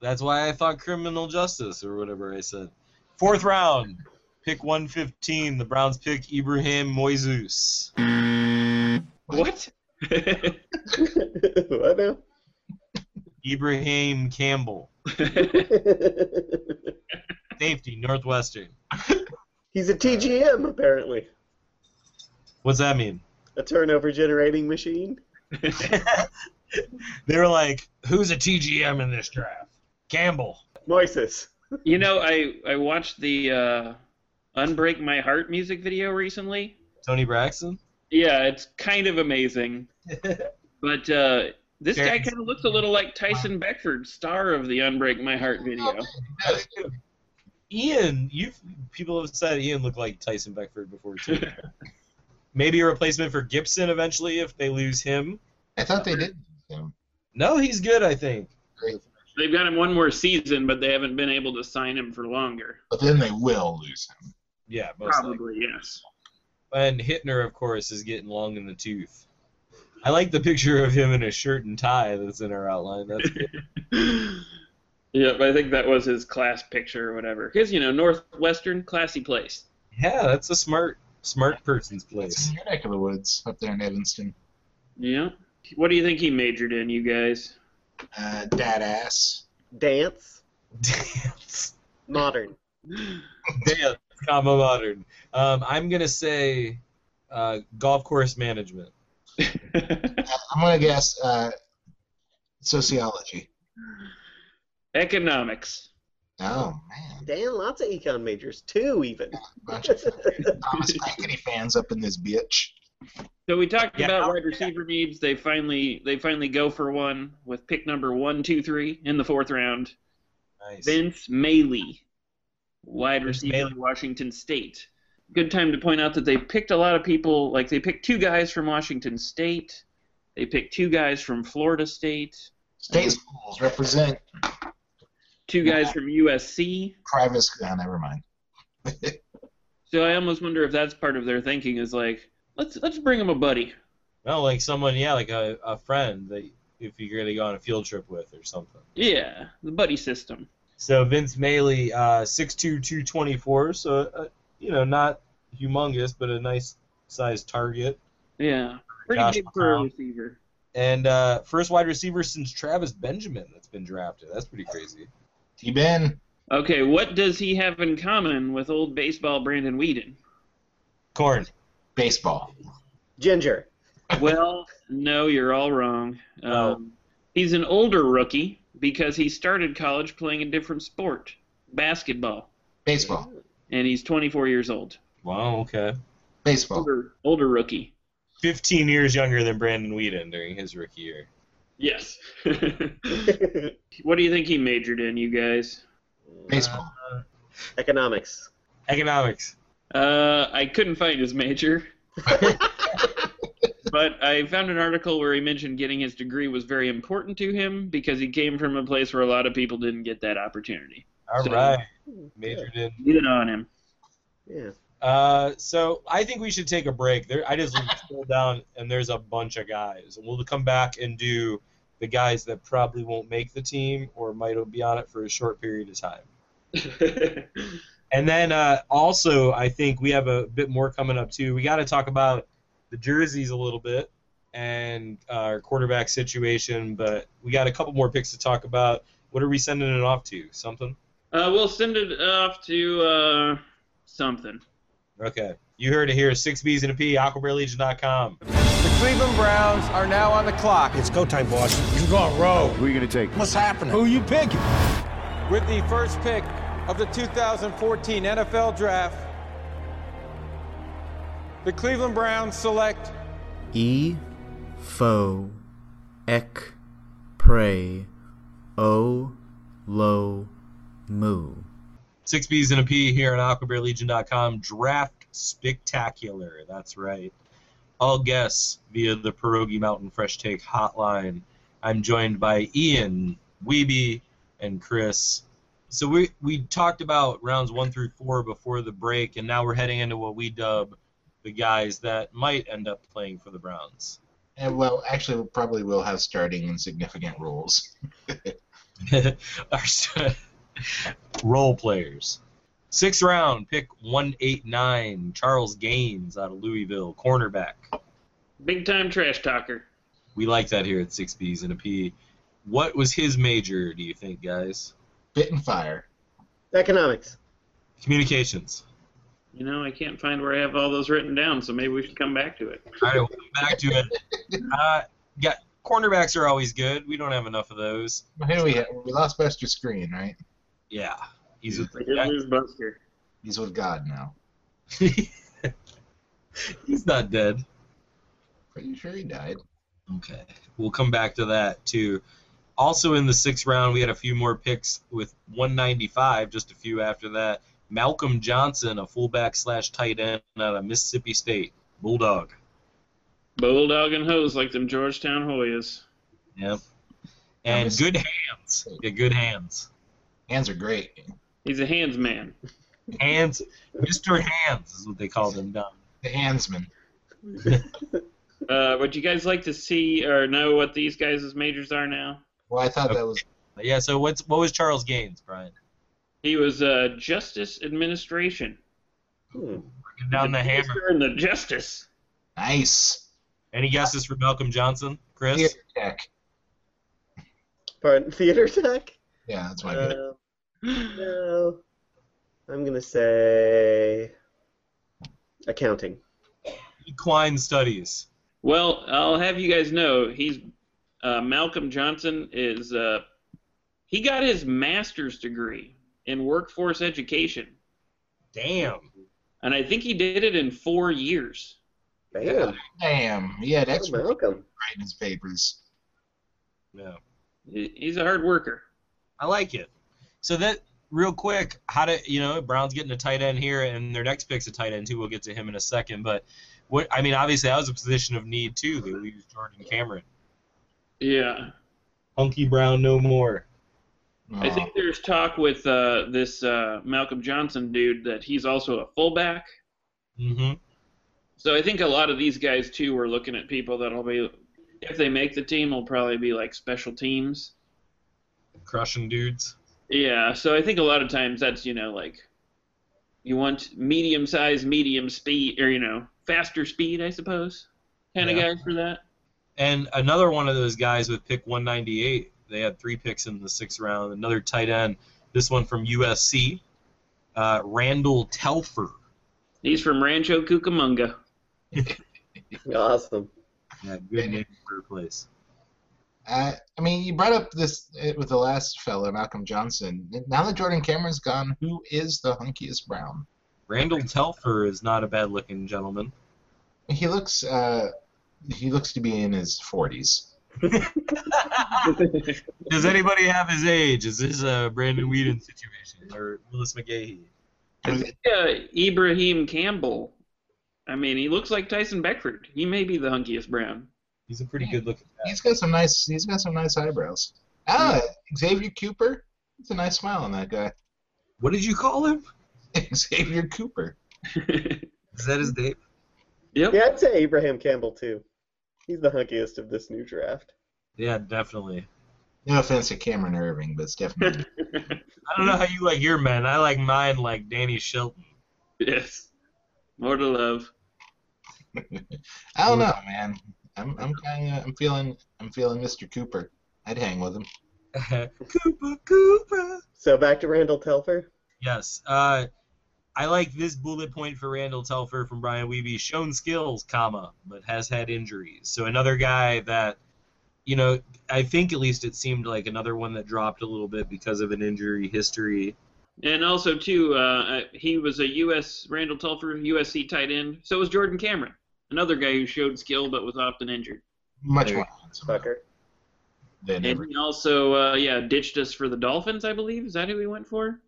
B: That's why I thought criminal justice or whatever I said. Fourth round, pick 115. The Browns pick Ibrahim Moises.
C: What? *laughs*
E: *laughs* what now?
B: Ibrahim Campbell, safety, Northwestern.
E: *laughs* He's a TGM apparently.
B: What's that mean? *laughs*
E: A turnover generating machine.
B: they were like, who's a TGM in this draft? Campbell.
E: Moises.
C: you know, I I watched the uh, "Unbreak My Heart" music video recently.
B: Tony Braxton?
C: Yeah, it's kind of amazing. but uh, this guy
B: Jared's-
C: kind of looks a little like Tyson Beckford, star of the "Unbreak My Heart" video.
B: Ian, you people have said Ian looked like Tyson Beckford before too. Maybe a replacement for Gibson eventually if they lose him.
D: I thought they did. So,
B: No, he's good, I think.
D: great.
C: They've got him one more season, but they haven't been able to sign him for longer.
D: But then they will lose him.
B: Yeah, most likely.
C: Probably yes.
B: And Hittner, of course, is getting long in the tooth. I like the picture of him in a shirt and tie that's in our outline. That's good.
C: *laughs* yep, I think that was his class picture or whatever. Because you know, Northwestern, classy place.
B: yeah, that's a smart, smart person's
D: It's *laughs*
B: place.
D: in your neck of the woods up there in Evanston.
C: Yeah. What do you think he majored in, you guys? *laughs*
D: Uh, dad ass.
E: Dance.
B: Dance.
E: Modern.
B: Dance, comma modern. Um, I'm gonna say uh, golf course management.
D: I'm gonna guess uh, sociology.
C: Economics.
D: Oh man,
E: Dan, lots of econ majors. Two even. *laughs*
D: bunch of Thomas Piketty fans up in this bitch.
C: So we talked
B: Yeah.
C: about wide receiver needs. They finally they finally go for one with pick number one, two, three in the fourth round.
B: Nice.
C: Vince Maley, wide
B: Vince
C: receiver,
B: Mailey.
C: Washington State. Good time to point out that they picked a lot of people. Like they picked two guys from Washington State. They picked two guys from Florida State.
D: State schools represent
C: Two guys from USC.
D: private. sc- Oh, never mind. *laughs*
C: So I almost wonder if that's part of their thinking is like let's let's bring him a buddy.
B: No, like someone, yeah, like a, a friend that if you're gonna go on a field trip with or something.
C: Yeah, the buddy system.
B: So Vince Maley, uh, 6'2", 224, so uh, you know not humongous, but a nice sized target.
C: Yeah, pretty
B: Josh
C: big for a
B: McCown.
C: receiver.
B: And uh, first wide receiver since Travis Benjamin that's been drafted. That's pretty crazy.
D: T Ben.
C: Okay, what does he have in common with old baseball Brandon Whedon?
B: Corn.
D: Baseball.
E: Ginger. *laughs*
C: Well, no, you're all wrong. Um, he's an older rookie because he started college playing a different sport, basketball,
D: Baseball.
C: and he's 24 years old.
B: Wow. Okay.
D: Baseball.
C: Older, older rookie.
B: 15 years younger than Brandon Whedon during his rookie year.
C: Yes. *laughs* what do you think he majored in, you guys?
E: uh,
D: Baseball.
E: Economics.
B: Economics.
C: Uh, I couldn't find his major. but I found an article where he mentioned getting his degree was very important to him because he came from a place where a lot of people didn't get that opportunity.
B: All right.
C: So-
B: Majored in.
C: Good on him.
E: Yeah.
B: Uh, so I think we should take a break. There, I just scroll down and there's a bunch of guys. And we'll come back and do the guys that probably won't make the team or might be on it for a short period of time. And then uh, also, I think we have a bit more coming up too. We got to talk about the jerseys a little bit and uh, our quarterback situation, but we got a couple more picks to talk about. What are we sending it off to? Something?
C: Uh, we'll send it off to uh, something.
B: Okay. You heard it here. Six B's and a P, aquabearlegion.com.
I: The Cleveland Browns are now on the clock.
G: It's go time, boss. You got rogue.
F: Who are you going to take?
G: What's happening? Who you picking?
I: With the first pick of the 2014 NFL Draft, the Cleveland Browns select
J: E fo ek pray o lo mu.
B: Six B's and a P here on aquabearlegion.com. Draft spectacular. That's right. All guests via the Pierogi Mountain Fresh Take Hotline. I'm joined by Ian, Weeby, and Chris. so we we talked about rounds one through four before the break, and now we're heading into what we dub the guys that might end up playing for the Browns.
D: And, well, actually, we probably will have starting and significant roles.
B: *laughs* Our s- role players. Sixth round, pick 189, Charles Gaines out of Louisville, cornerback.
C: Big time trash talker.
B: We like that here at Six Bs and a P. What was his major, do you think, guys?
D: Bit and fire.
E: Economics.
B: Communications.
C: You know, I can't find where I have all those written down, so maybe we should come back to it.
B: All right, we'll come back to it. Uh, yeah, cornerbacks are always good. We don't have enough of those.
D: Well, Here we we lost Buster Screen, right?
B: Yeah, he's with
C: I did lose Buster.
D: He's with God now.
B: *laughs* he's not dead.
D: Pretty sure he died.
B: Okay. We'll come back to that too. Also in the sixth round, we had a few more picks with 195, just a few after that. Malcolm Johnson, a fullback slash tight end out of Mississippi State, Bulldog.
C: Bulldog and hose like them Georgetown Hoyas.
B: Yep. And good hands. Yeah, good hands.
D: Hands are great.
C: He's a hands man.
B: Hands, Mr. Hands is what they called him down.
D: The handsman.
C: Uh, would you guys like to see or know what these guys' majors are now?
D: Well, I thought that was
B: But yeah. So what's what was Charles Gaines, Brian?
C: He was uh, Justice Administration.
E: Hmm.
B: Bringing down the hammer.
C: And the Justice.
D: nice.
B: Any guesses for Malcolm Johnson, Chris?
D: Theater tech.
E: Pardon, theater tech?
D: Yeah, that's my good.
E: Uh, no. I'm gonna say accounting.
B: Equine studies.
C: Well, I'll have you guys know he's uh, Malcolm Johnson is uh, he got his master's degree in workforce education,
B: Damn.
C: and I think he did it in four years.
E: Bam.
D: Damn, he had
E: Oh,
D: experts
E: Malcolm.
D: writing his papers.
B: Yeah.
C: He- He's a hard worker.
B: I like it. So that real quick, how do you know Brown's getting a tight end here, and their next pick's a tight end too. We'll get to him in a second, but what I mean, obviously, that was a position of need too. They lose Jordan Cameron,
C: Yeah,
B: Hunky Brown, no more.
C: I think there's talk with uh, this uh, Malcolm Johnson dude that he's also a fullback.
B: Mm-hmm.
C: So I think a lot of these guys too were looking at people that'll be if they make the team will probably be like special teams.
B: Crushing dudes.
C: Yeah, so I think a lot of times that's you know like you want medium size, medium speed, or you know faster speed, I suppose, kind of
B: Yeah.
C: guys for that.
B: And another one of those guys with pick 198. They had three picks in the sixth round. Another tight end. This one from USC, uh, Randall Telfer.
C: He's from Rancho Cucamonga.
B: *laughs*
E: Awesome.
B: Yeah, good name for a place.
D: Uh, I mean, you brought up this uh, with the last fella, Malcolm Johnson. Now that Jordan Cameron's gone, who is the hunkiest Brown?
B: Randall Telfer is not a bad looking *laughs* gentleman.
D: He looks. Uh, he looks to be in his forties.
B: Does anybody have his age? Is this a Brandon Whedon situation or Willis McGahee?
C: I think uh, Ibrahim Campbell. I mean, he looks like Tyson Beckford. He may be the hunkiest Brown. *laughs*
B: He's a pretty good looking guy.
D: He's got some nice. He's got some nice eyebrows. Ah, Xavier Cooper. It's a nice smile on that guy. *laughs*
B: What did you call him?
D: Xavier Cooper.
C: yep.
B: Is that his name?
E: Yeah, I'd say Abraham Campbell too. He's the hunkiest of this new draft.
B: Yeah, definitely.
D: No offense to Cameron Irving, but it's definitely.
B: I don't know how you like your men. I like mine like Danny *laughs* Shelton.
C: Yes. More to love.
D: I don't know, man. I'm I'm kind of I'm feeling I'm feeling Mr. Cooper. I'd hang with him.
B: Cooper, Cooper.
E: So back to Randall Telfer.
B: Yes. Uh, I like this bullet point for Randall Telfer from Brian Weeby. Shown skills, comma, but has had injuries. So another guy that, you know, I think at least it seemed like another one that dropped a little bit because of an injury history.
C: And also, too, uh, he was a U.S. Randall Telfer, USC tight end. So was Jordan Cameron, another guy who showed skill but was often injured.
D: Much
B: There you
D: more
E: Fucker.
D: than
C: And
D: ever.
C: he also, uh, yeah, ditched us for the Dolphins, I believe. Is that who he went for?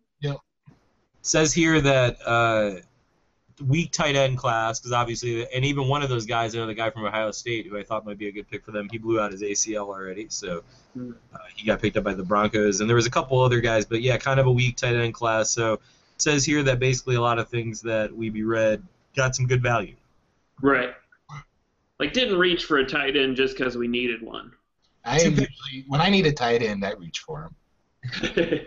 B: says here that uh, weak tight end class because obviously, and even one of those guys, I know the guy from Ohio State who I thought might be a good pick for them. He blew out his ACL already, so uh, he got picked up by the Broncos. And there was a couple other guys, but yeah, kind of a weak tight end class. So it says here that basically a lot of things that we be read got some good value.
C: Right. Like didn't reach for a tight end just because we needed one.
D: I usually when I need a tight end, I reach for him.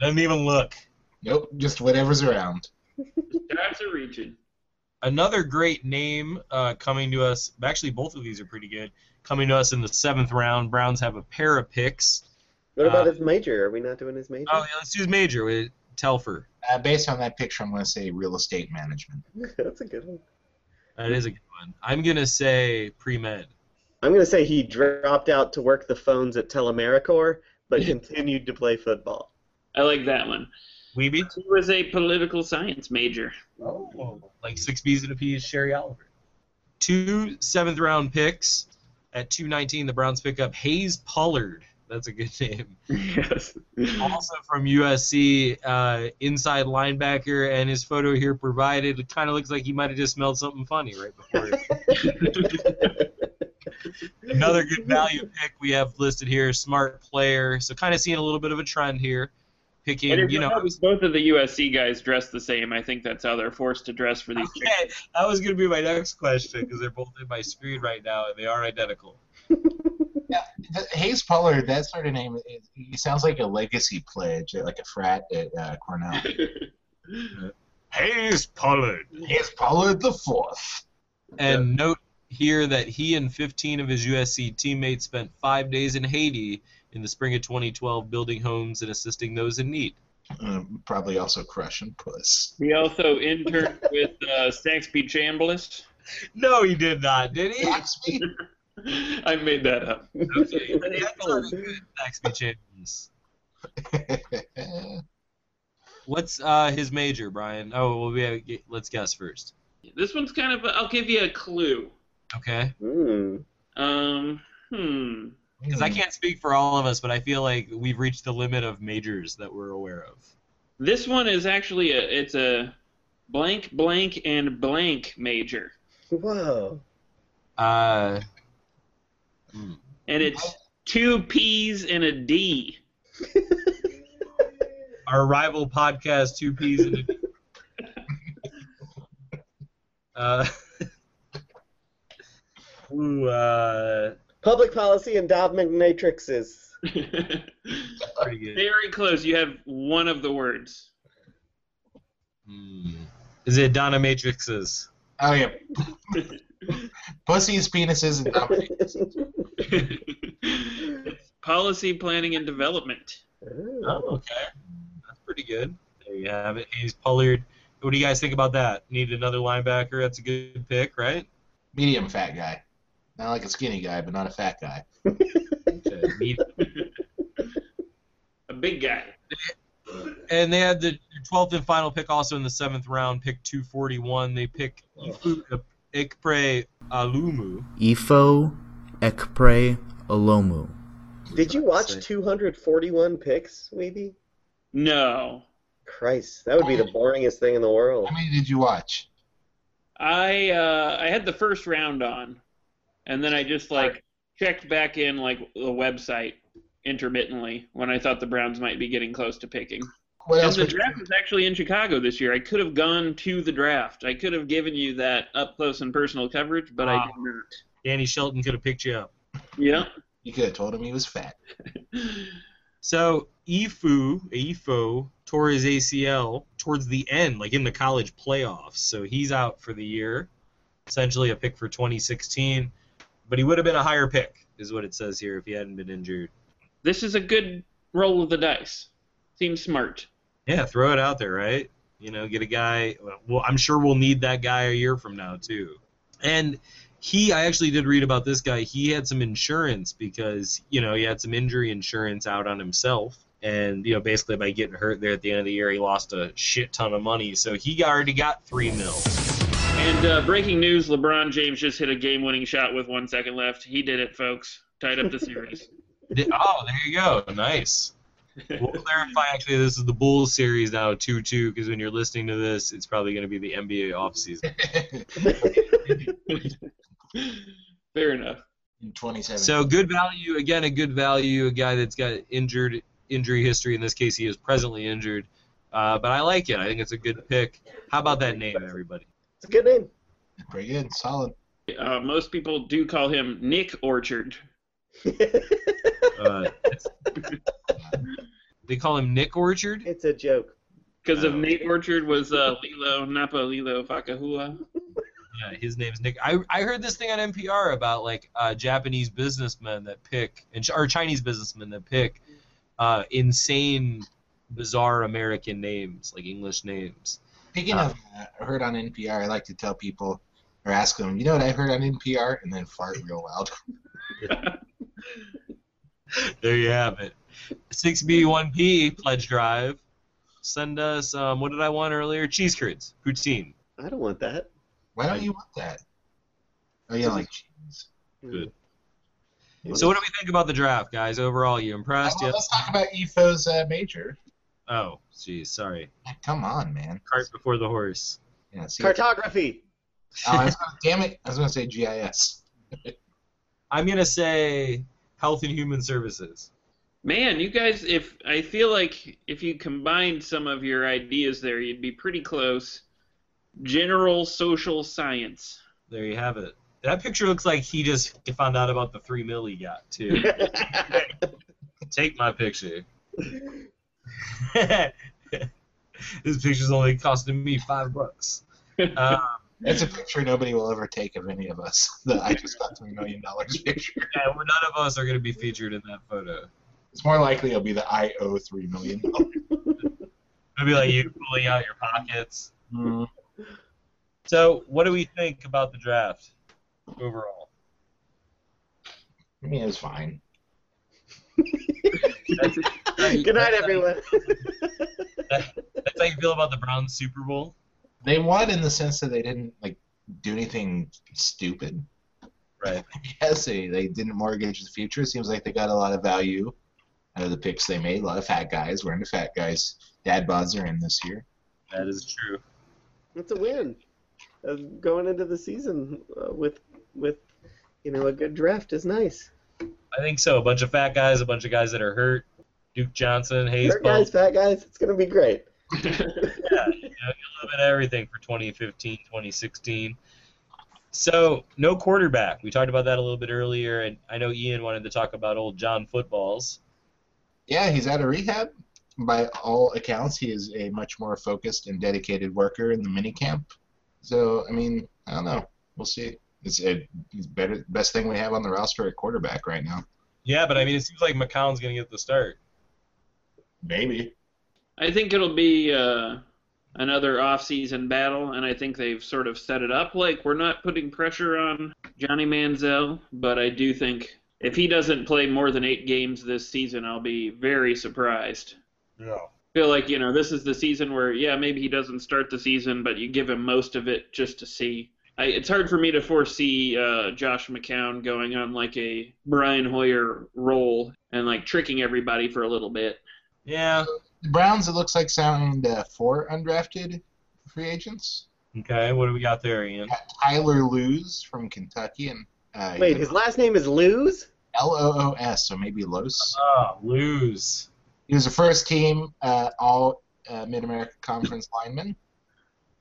B: Doesn't even look.
D: Nope, just whatever's around.
C: That's a region.
B: Another great name uh, coming to us. Actually, both of these are pretty good. Coming to us in the seventh round. Browns have a pair of picks.
E: What about
B: Uh,
E: his major? Are we not doing his major? *laughs*
B: Oh, yeah, let's do his major with Telfer.
D: Uh, based on that picture, I'm going to say real estate management.
E: That's a good one.
B: That is a good one. I'm gonna say pre med.
E: I'm going to say he dropped out to work the phones at Telemaricor, but continued to play football.
C: I like that one.
B: Weeby.
C: He was a political science major.
B: Oh. Like six B's and a P is Sherry Oliver. Two seventh round picks. At 219, the Browns pick up Hayes Pollard. That's a good *laughs* name.
C: *laughs* yes.
B: Also from USC, uh, inside linebacker, and his photo here provided it kind of looks like he might have just smelled something funny right before. *laughs*
E: *laughs*
B: Another good value pick we have listed here, smart player. So kind of seeing a little bit of a trend here,
C: And
B: picking
C: if
B: you
C: you
B: know.
C: notice, both of the USC guys dress the same. I think that's how they're forced to dress for these. pictures.
B: Okay, that was going to be my next question because they're both in my screen right now and they are identical.
D: The, Hayes Pollard, that sort of name, is- he sounds like a legacy pledge, like a frat at uh, Cornell.
B: Hayes Pollard.
D: Hayes Pollard the fourth.
B: And note here that he and 15 of his USC teammates spent five days in Haiti in the spring of 2012 building homes and assisting those in need.
D: Um, probably also crushing puss.
C: He also interned with uh, Saxby Chambliss.
B: No, he did not, did he?
D: *laughs* Zaxby?
C: I made that up.
B: Okay, that's not a good Saxby Chambliss. What's uh, his major, Brian? Oh, well, we have, let's guess first.
C: This one's kind of. A, I'll give you a clue.
B: Okay.
E: Hmm.
C: Um. Hmm.
B: because I can't speak for all of us, but I feel like we've reached the limit of majors that we're aware of.
C: This one is actually a. It's a blank, blank, and blank major,
E: Whoa.
B: Uh,
C: and it's two P's and a *laughs* D.
B: our rival podcast, Two Peas and a D. *laughs* uh, *laughs* ooh, uh,
E: Public policy
B: *laughs*
E: and *laughs* dominatrixes.
B: pretty good.
C: Very close. You have one of the *laughs* words.
B: Hmm. Is it Donna Matrixes?
D: Oh, yeah. Pussies, penises, and dominators.
C: It's policy planning and development.
B: Oh, okay. That's pretty good. There you have it. Hayes Pollard. What do you guys think about that? Need another linebacker? That's a good pick, right?
D: medium fat guy. Not like a skinny guy, but not a fat guy.
B: Okay. Need-
C: A big guy.
B: And they had the 12th and final pick also in the seventh round, pick 241. They pick Ifu- Ikpre Alumu.
J: E, Ifo Ekpre Olomu.
E: Did you watch 241 picks, maybe?
C: No.
E: Christ, that would be the boringest thing in the world.
D: How many did you watch?
C: I uh, I had the first round on, and then I just like checked back in like the website intermittently when I thought the Browns might be getting close to picking.
D: What
C: And
D: else?
C: the
D: Would you,
C: draft is actually in Chicago this year. I could have gone to the draft. I could have given you that up close and personal coverage, but I
B: Wow.
C: did not.
B: Danny Shelton could have picked you up.
C: Yeah.
D: you could have told him he was fat. *laughs*
B: So Ifu, Ifo, tore his ACL towards the end, like in the college playoffs. So he's out for the year. Essentially a pick for 2016. But he would have been a higher pick, is what it says here, if he hadn't been injured.
C: This is a good roll of the dice. Seems smart.
B: Yeah, throw it out there, right? You know, get a guy. Well, I'm sure we'll need that guy a year from now too. And he, I actually did read about this guy. He had some insurance because you know he had some injury insurance out on himself, and you know basically by getting hurt there at the end of the year, he lost a shit ton of money. So he already got three mil.
C: And uh, breaking news: LeBron James just hit a game-winning shot with one second left. He did it, folks. Tied up the series.
B: Di- Oh, there you go. Nice. we'll clarify actually this is the Bulls series now 2-2 because when you're listening to this it's probably going to be the NBA offseason.
C: Fair enough.
D: in 2017.
B: So good value again a good value a guy that's got injured injury history in this case he is presently injured. Uh, but I like it. I think it's a good pick. How about that name everybody?
E: *laughs* It's a good name. *laughs*
D: Pretty good, solid.
C: Uh, most people do call him Nick Orchard.
B: Uh, *laughs* they call him Nick Orchard?
E: it's a joke.
C: Because of
B: Oh.
C: Nate Orchard was uh, Lilo Napa Lilo Fakahua.
B: Yeah, his name's Nick. I, I heard this thing on NPR about like uh, Japanese businessmen that pick and or Chinese businessmen that pick uh, insane, bizarre American names like English names.
D: Speaking
B: Uh,
D: of, uh, I heard on NPR, I like to tell people or ask them, you know what I heard on NPR, and then fart real loud. *laughs*
B: There you have it. Six B one P pledge drive. Send us um, what did I want earlier? Cheese curds, poutine.
E: I don't want that.
D: Why don't you want that? Oh yeah, like cheese.
B: Good. So what do we think about the draft, guys? Overall, you impressed?
D: Well,
B: Yes.
D: let's talk about EFO's uh, major.
B: Oh, geez, sorry.
D: Come on, man.
B: Cart before the horse.
D: Yeah, see,
E: Cartography.
D: oh, I was gonna, damn it! I was gonna say GIS.
B: I'm gonna say health and human services.
C: Man, you guys, if I feel like if you combined some of your ideas there, you'd be pretty close. General social science.
B: There you have it. That picture looks like he just found out about the three mil he got
E: *laughs*
B: too. Take my picture. *laughs* this picture's only costing me five bucks. Um,
D: It's a picture nobody will ever take of any of us. *laughs* The I just got three million dollars picture.
B: yeah, well, none of us are going to be featured in that photo.
D: It's more likely it'll be the I owe three million dollars.
B: It'll be like you pulling out your pockets. So, what do we think about the draft
E: *laughs*
B: overall?
D: I mean, it was fine.
E: Good night, everyone.
B: That's how you feel about the Browns Super Bowl,
D: They won in the sense that they didn't like do anything stupid.
B: right?
D: *laughs* Yes, they, they didn't mortgage the future. It seems like they got a lot of value out of the picks they made. A lot of fat guys. We're into fat guys. Dad bods are in this year.
B: That is true.
E: It's a win. Uh, going into the season uh, with with you know a good draft is nice.
B: I think so. A bunch of fat guys, a bunch of guys that are hurt. Duke Johnson, Hayes,
E: Fat
B: Bowles,
E: guys, fat guys, it's gonna be great.
B: a little bit of everything for 2015, 2016. So, no quarterback. We talked about that a little bit earlier, and I know Ian wanted to talk about old John Footballs.
D: Yeah, he's out of rehab. By all accounts, he is a much more focused and dedicated worker in the minicamp. So, I mean, I don't know. We'll see. It's a it's better best thing we have on the roster at quarterback right now.
B: Yeah, but I mean, it seems like McCown's going to get the start.
D: Maybe.
C: I think it'll be uh, another off-season battle, and I think they've sort of set it up like we're not putting pressure on Johnny Manziel, but I do think if he doesn't play more than eight games this season, I'll be very surprised.
B: Yeah.
C: feel like you know this is the season where yeah maybe he doesn't start the season but you give him most of it just to see I, it's hard for me to foresee uh, josh mccown going on like a brian hoyer role and like tricking everybody for a little bit
B: Yeah.
D: The Browns, it looks like, signed uh, four undrafted free agents.
B: Okay, what do we got there, Ian?
D: Tyler Luz from Kentucky and uh,
E: Wait, his last name is Lose.
D: L O O S, so maybe Los.
B: Oh, lose.
D: He was a first team uh, All uh, Mid America Conference lineman.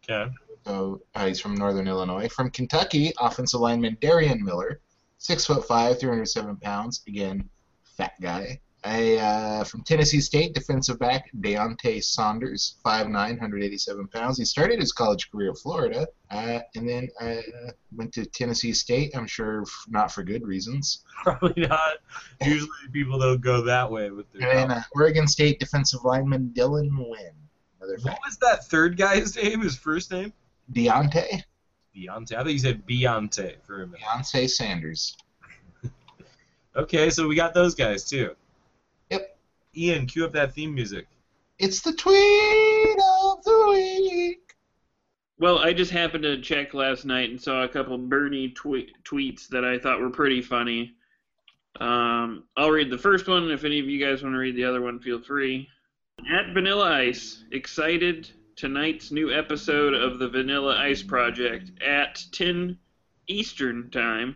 B: Okay.
D: So uh, he's from Northern Illinois. From Kentucky, offensive lineman Darian Miller, six foot five, 307 pounds. Again, fat guy. A, uh, from Tennessee State, defensive back Deontay Saunders, 5'9", 187 pounds. He started his college career at Florida, uh, and then uh, went to Tennessee State. I'm sure f- not for good reasons.
B: *laughs* Probably not. Usually people don't go that way with
D: And then
B: their.
D: uh, Oregon State defensive lineman Dylan Wynn. Another
B: What
D: fact.
B: was that third guy's *laughs* name? His first name?
D: Deontay?
B: Beyonce. I think you said Beyonce for a minute.
D: Deontay Sanders.
B: Okay, so we got those guys too.
D: Yep.
B: Ian, cue up that theme music.
D: It's the tweet of the week.
C: well i just happened to check last night and saw a couple bernie twe- tweets that i thought were pretty funny Um, I'll read the first one. If any of you guys want to read the other one, feel free. At Vanilla Ice, excited tonight's new episode of the Vanilla Ice Project at 10 Eastern Time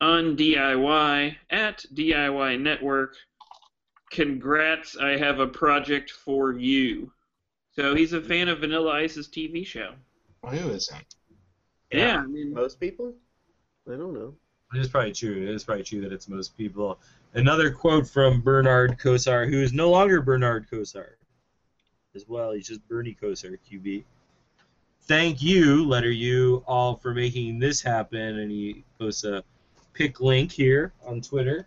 C: on DIY at DIY Network. Congrats, I have a project for you. So he's a fan of Vanilla Ice's TV show.
D: Well, who isn't?
C: Yeah,
B: Yeah.
C: I mean,
E: Most people? I don't know.
B: It is probably true. It is probably true that it's most people. Another quote from Bernard Kosar, who is no longer Bernard Kosar as well. He's just Bernie Kosar, QB. Thank you, letter U, all for making this happen. And he posts a pick link here on Twitter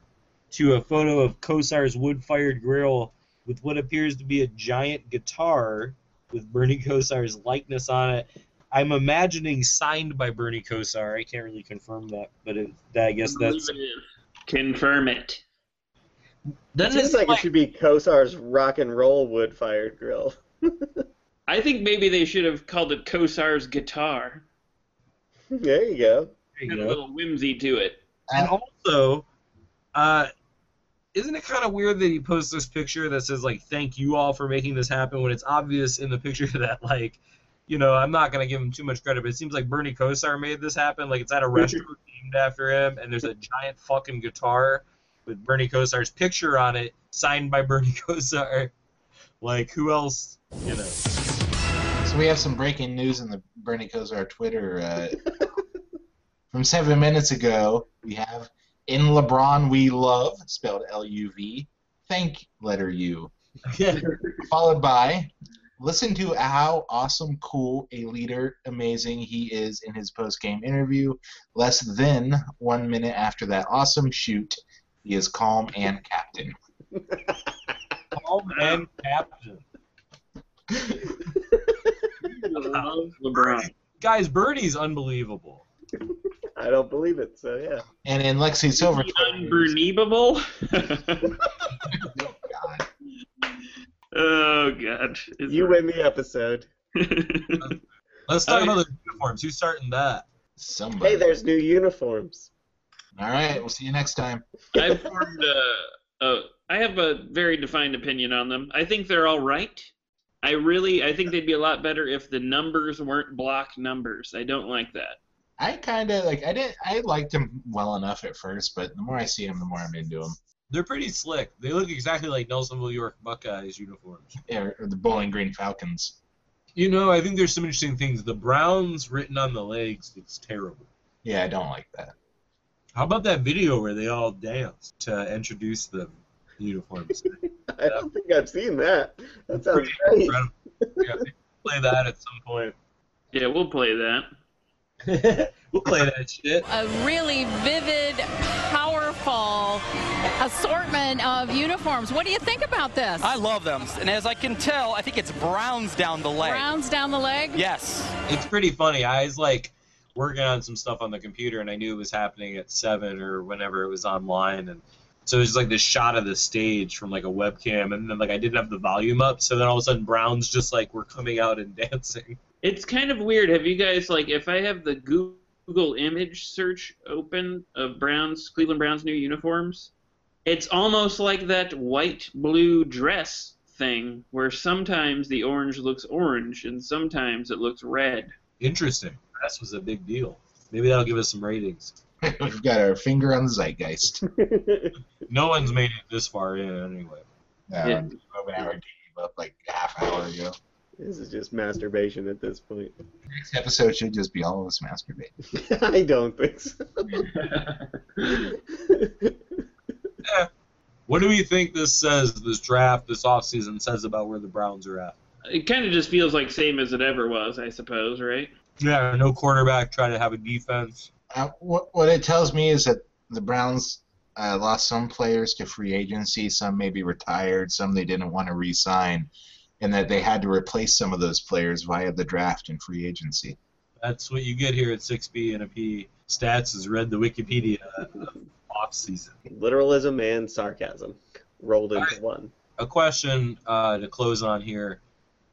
B: to a photo of Kosar's wood fired grill with what appears to be a giant guitar with Bernie Kosar's likeness on it. I'm imagining signed by Bernie Kosar. I can't really confirm that, but it, that, I guess that's.
C: confirm it.
E: It seems like it should be Kosar's Rock and Roll Wood Fired Grill. *laughs*
C: I think maybe they should have called it Kosar's guitar.
E: there you go.
B: There you
C: Had a
B: go.
C: little whimsy to it.
B: And also, uh, isn't it kind of weird that he posts this picture that says like "Thank you all for making this happen" when it's obvious in the picture *laughs* that like, you know, I'm not gonna give him too much credit, but it seems like Bernie Kosar made this happen. Like it's at a restaurant named after him, and there's a giant fucking guitar with Bernie Kosar's picture on it, signed by Bernie *laughs* Kosar. Like who else? You know,
D: So we have some breaking news in the Bernie Kosar Twitter. Uh, from seven minutes ago, we have in LeBron we love spelled L-U-V. Thank letter U. Followed by listen to how awesome, cool, a leader, amazing he is in his post-game interview. Less than one minute after that awesome shoot, he is calm and captain.
B: all men captain.
C: Love LeBron.
B: Guys, Bernie's unbelievable.
E: I don't believe it, so yeah.
D: And in Lexi Silver,
C: Unbelievable.
D: God,
C: *laughs* oh God. Is
E: You win the episode.
C: it-
B: Let's talk
C: Oh,
B: about the uniforms. Who's starting that?
D: somebody.
E: Hey, there's new uniforms.
D: All right, we'll see you next time.
C: *laughs* I've formed a, a, I have a very defined opinion on them. I think they're all right. I really, I think they'd be a lot better if the numbers weren't block numbers. I don't like that.
D: I kind of like I didn't I liked him well enough at first, but the more I see him, the more I'm into him.
B: They're pretty slick. They look exactly like Nelsonville York Buckeyes uniforms.
D: Or, or the Bowling Green Falcons.
B: You know, I think there's some interesting things. The Browns written on the legs looks terrible.
D: Yeah, I don't like that. *laughs*
B: How about that video where they all dance to introduce the uniforms? *laughs*
E: I don't think I've seen that. That sounds
B: Pretty
E: great.
B: incredible. Yeah, we can play that at some point. *laughs*
C: Yeah, we'll play that.
B: we'll play that shit.
K: a really vivid, powerful assortment of uniforms. What do you think about this?
G: I love them. And as I can tell, I think it's Browns down the leg.
K: Rounds down the leg.
G: Yes.
B: It's pretty funny. I was like working on some stuff on the computer, and I knew it was happening at seven or whenever it was online, and so it was just like this shot of the stage from like a webcam, and then like I didn't have the volume up, so then all of a sudden Browns just like were coming out and *laughs* dancing.
C: It's kind of weird. Have you guys like, if I have the Google image search open of Browns, Cleveland Browns new uniforms, it's almost like that white blue dress thing where sometimes the orange looks orange and sometimes it looks red.
B: Interesting. That was a big deal. Maybe that'll give us some ratings.
D: We've got our finger on the zeitgeist.
B: No one's made it this far in anyway.
D: No,
C: Yeah.
D: Robin Howard gave Um, up like a half hour ago.
E: this is just masturbation at this point. *laughs*
D: Next episode should just be all of us masturbating.
E: I don't think so.
B: What do we think this says, this draft, this offseason says about where the Browns are at?
C: It kind of just feels like same as it ever was, I suppose, right?
B: Yeah, no quarterback, try to have a defense.
D: Uh, what, what it tells me is that the Browns uh, lost some players to free agency, some maybe retired, some they didn't want to re-sign, and that they had to replace some of those players via the draft and free agency.
B: That's what you get here at 6B and a P. Stats has read the Wikipedia off season.
E: *laughs* Literalism and sarcasm rolled into
B: Alright.
E: one.
B: A question uh, to close on here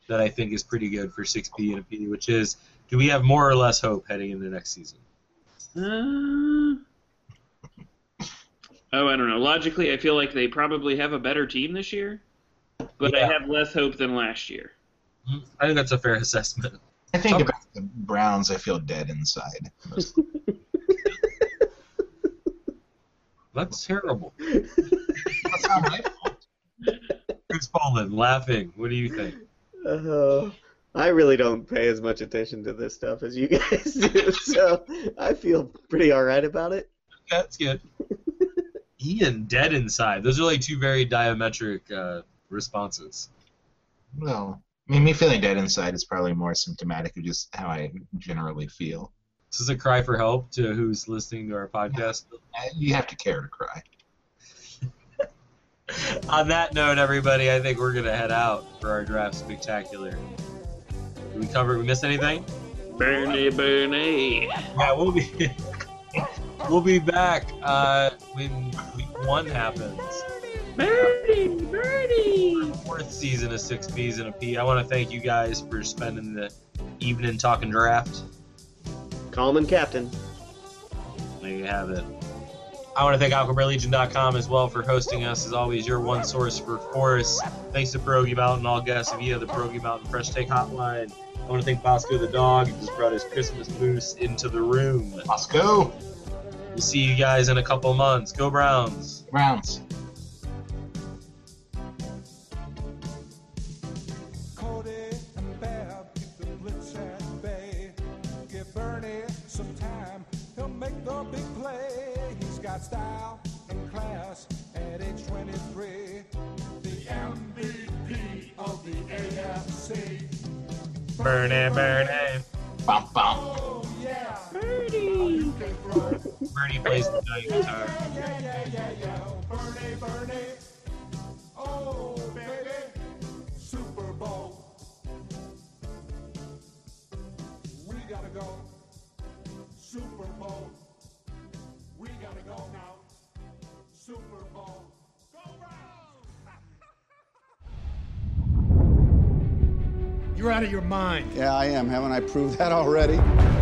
B: that I think is pretty good for 6B and a P, which is do we have more or less hope heading into next season?
C: Uh, Oh, I don't know. Logically, I feel like they probably have a better team this year, but I have less hope than last year.
B: Hmm, I think that's a fair *laughs* assessment.
D: I think about the Browns, I feel dead inside.
B: That's terrible.
D: That's not my
B: Chris Paulin laughing. What do you think?
E: Uh, I really don't pay as much attention to this stuff as you guys do, *laughs* so I feel pretty all right about it.
B: That's good. Ian dead inside. Those are like two very diametric uh, responses.
D: Well, I mean, me feeling dead inside is probably more symptomatic of just how I generally feel.
B: This is a cry for help to who's listening to our podcast.
D: Uh, You have to care to cry.
B: On that note, everybody, I think we're gonna head out for our draft spectacular. Did we cover? We miss anything?
C: Bernie, Bernie.
B: Yeah, we'll be *laughs* we'll be back uh, when week one happens.
C: Bernie, Bernie.
B: Fourth season of Six Bs and a P. I want to thank you guys for spending the evening talking draft.
E: Calm and captain.
B: There you have it. I want to thank AquamarLegion.com as well for hosting us. As always, your one source for forests. Thanks to Pierogi Mountain, all guests via the Pierogi Mountain Fresh Take Hotline. I want to thank Bosco the dog. He just brought his Christmas moose into the room.
D: Let's go,
B: We'll see you guys in a couple months. Go Browns!
D: Browns.
I: Cody and Bev keep the blitz at bay. Give Bernie some time, he'll make the big play. He's got style and class at age 23. The MVP of the AFC.
B: Bernie, Bernie.
D: Bum, bum.
I: Oh,
B: Bernie plays the giant guitar.
I: Yeah, yeah, yeah, yeah. Bernie, Bernie. Oh, baby. Super Bowl. We gotta go. Super Bowl. We gotta go now. Super Bowl. Go Browns!
A: You're out of your mind.
F: Yeah, I am. Haven't I proved that already?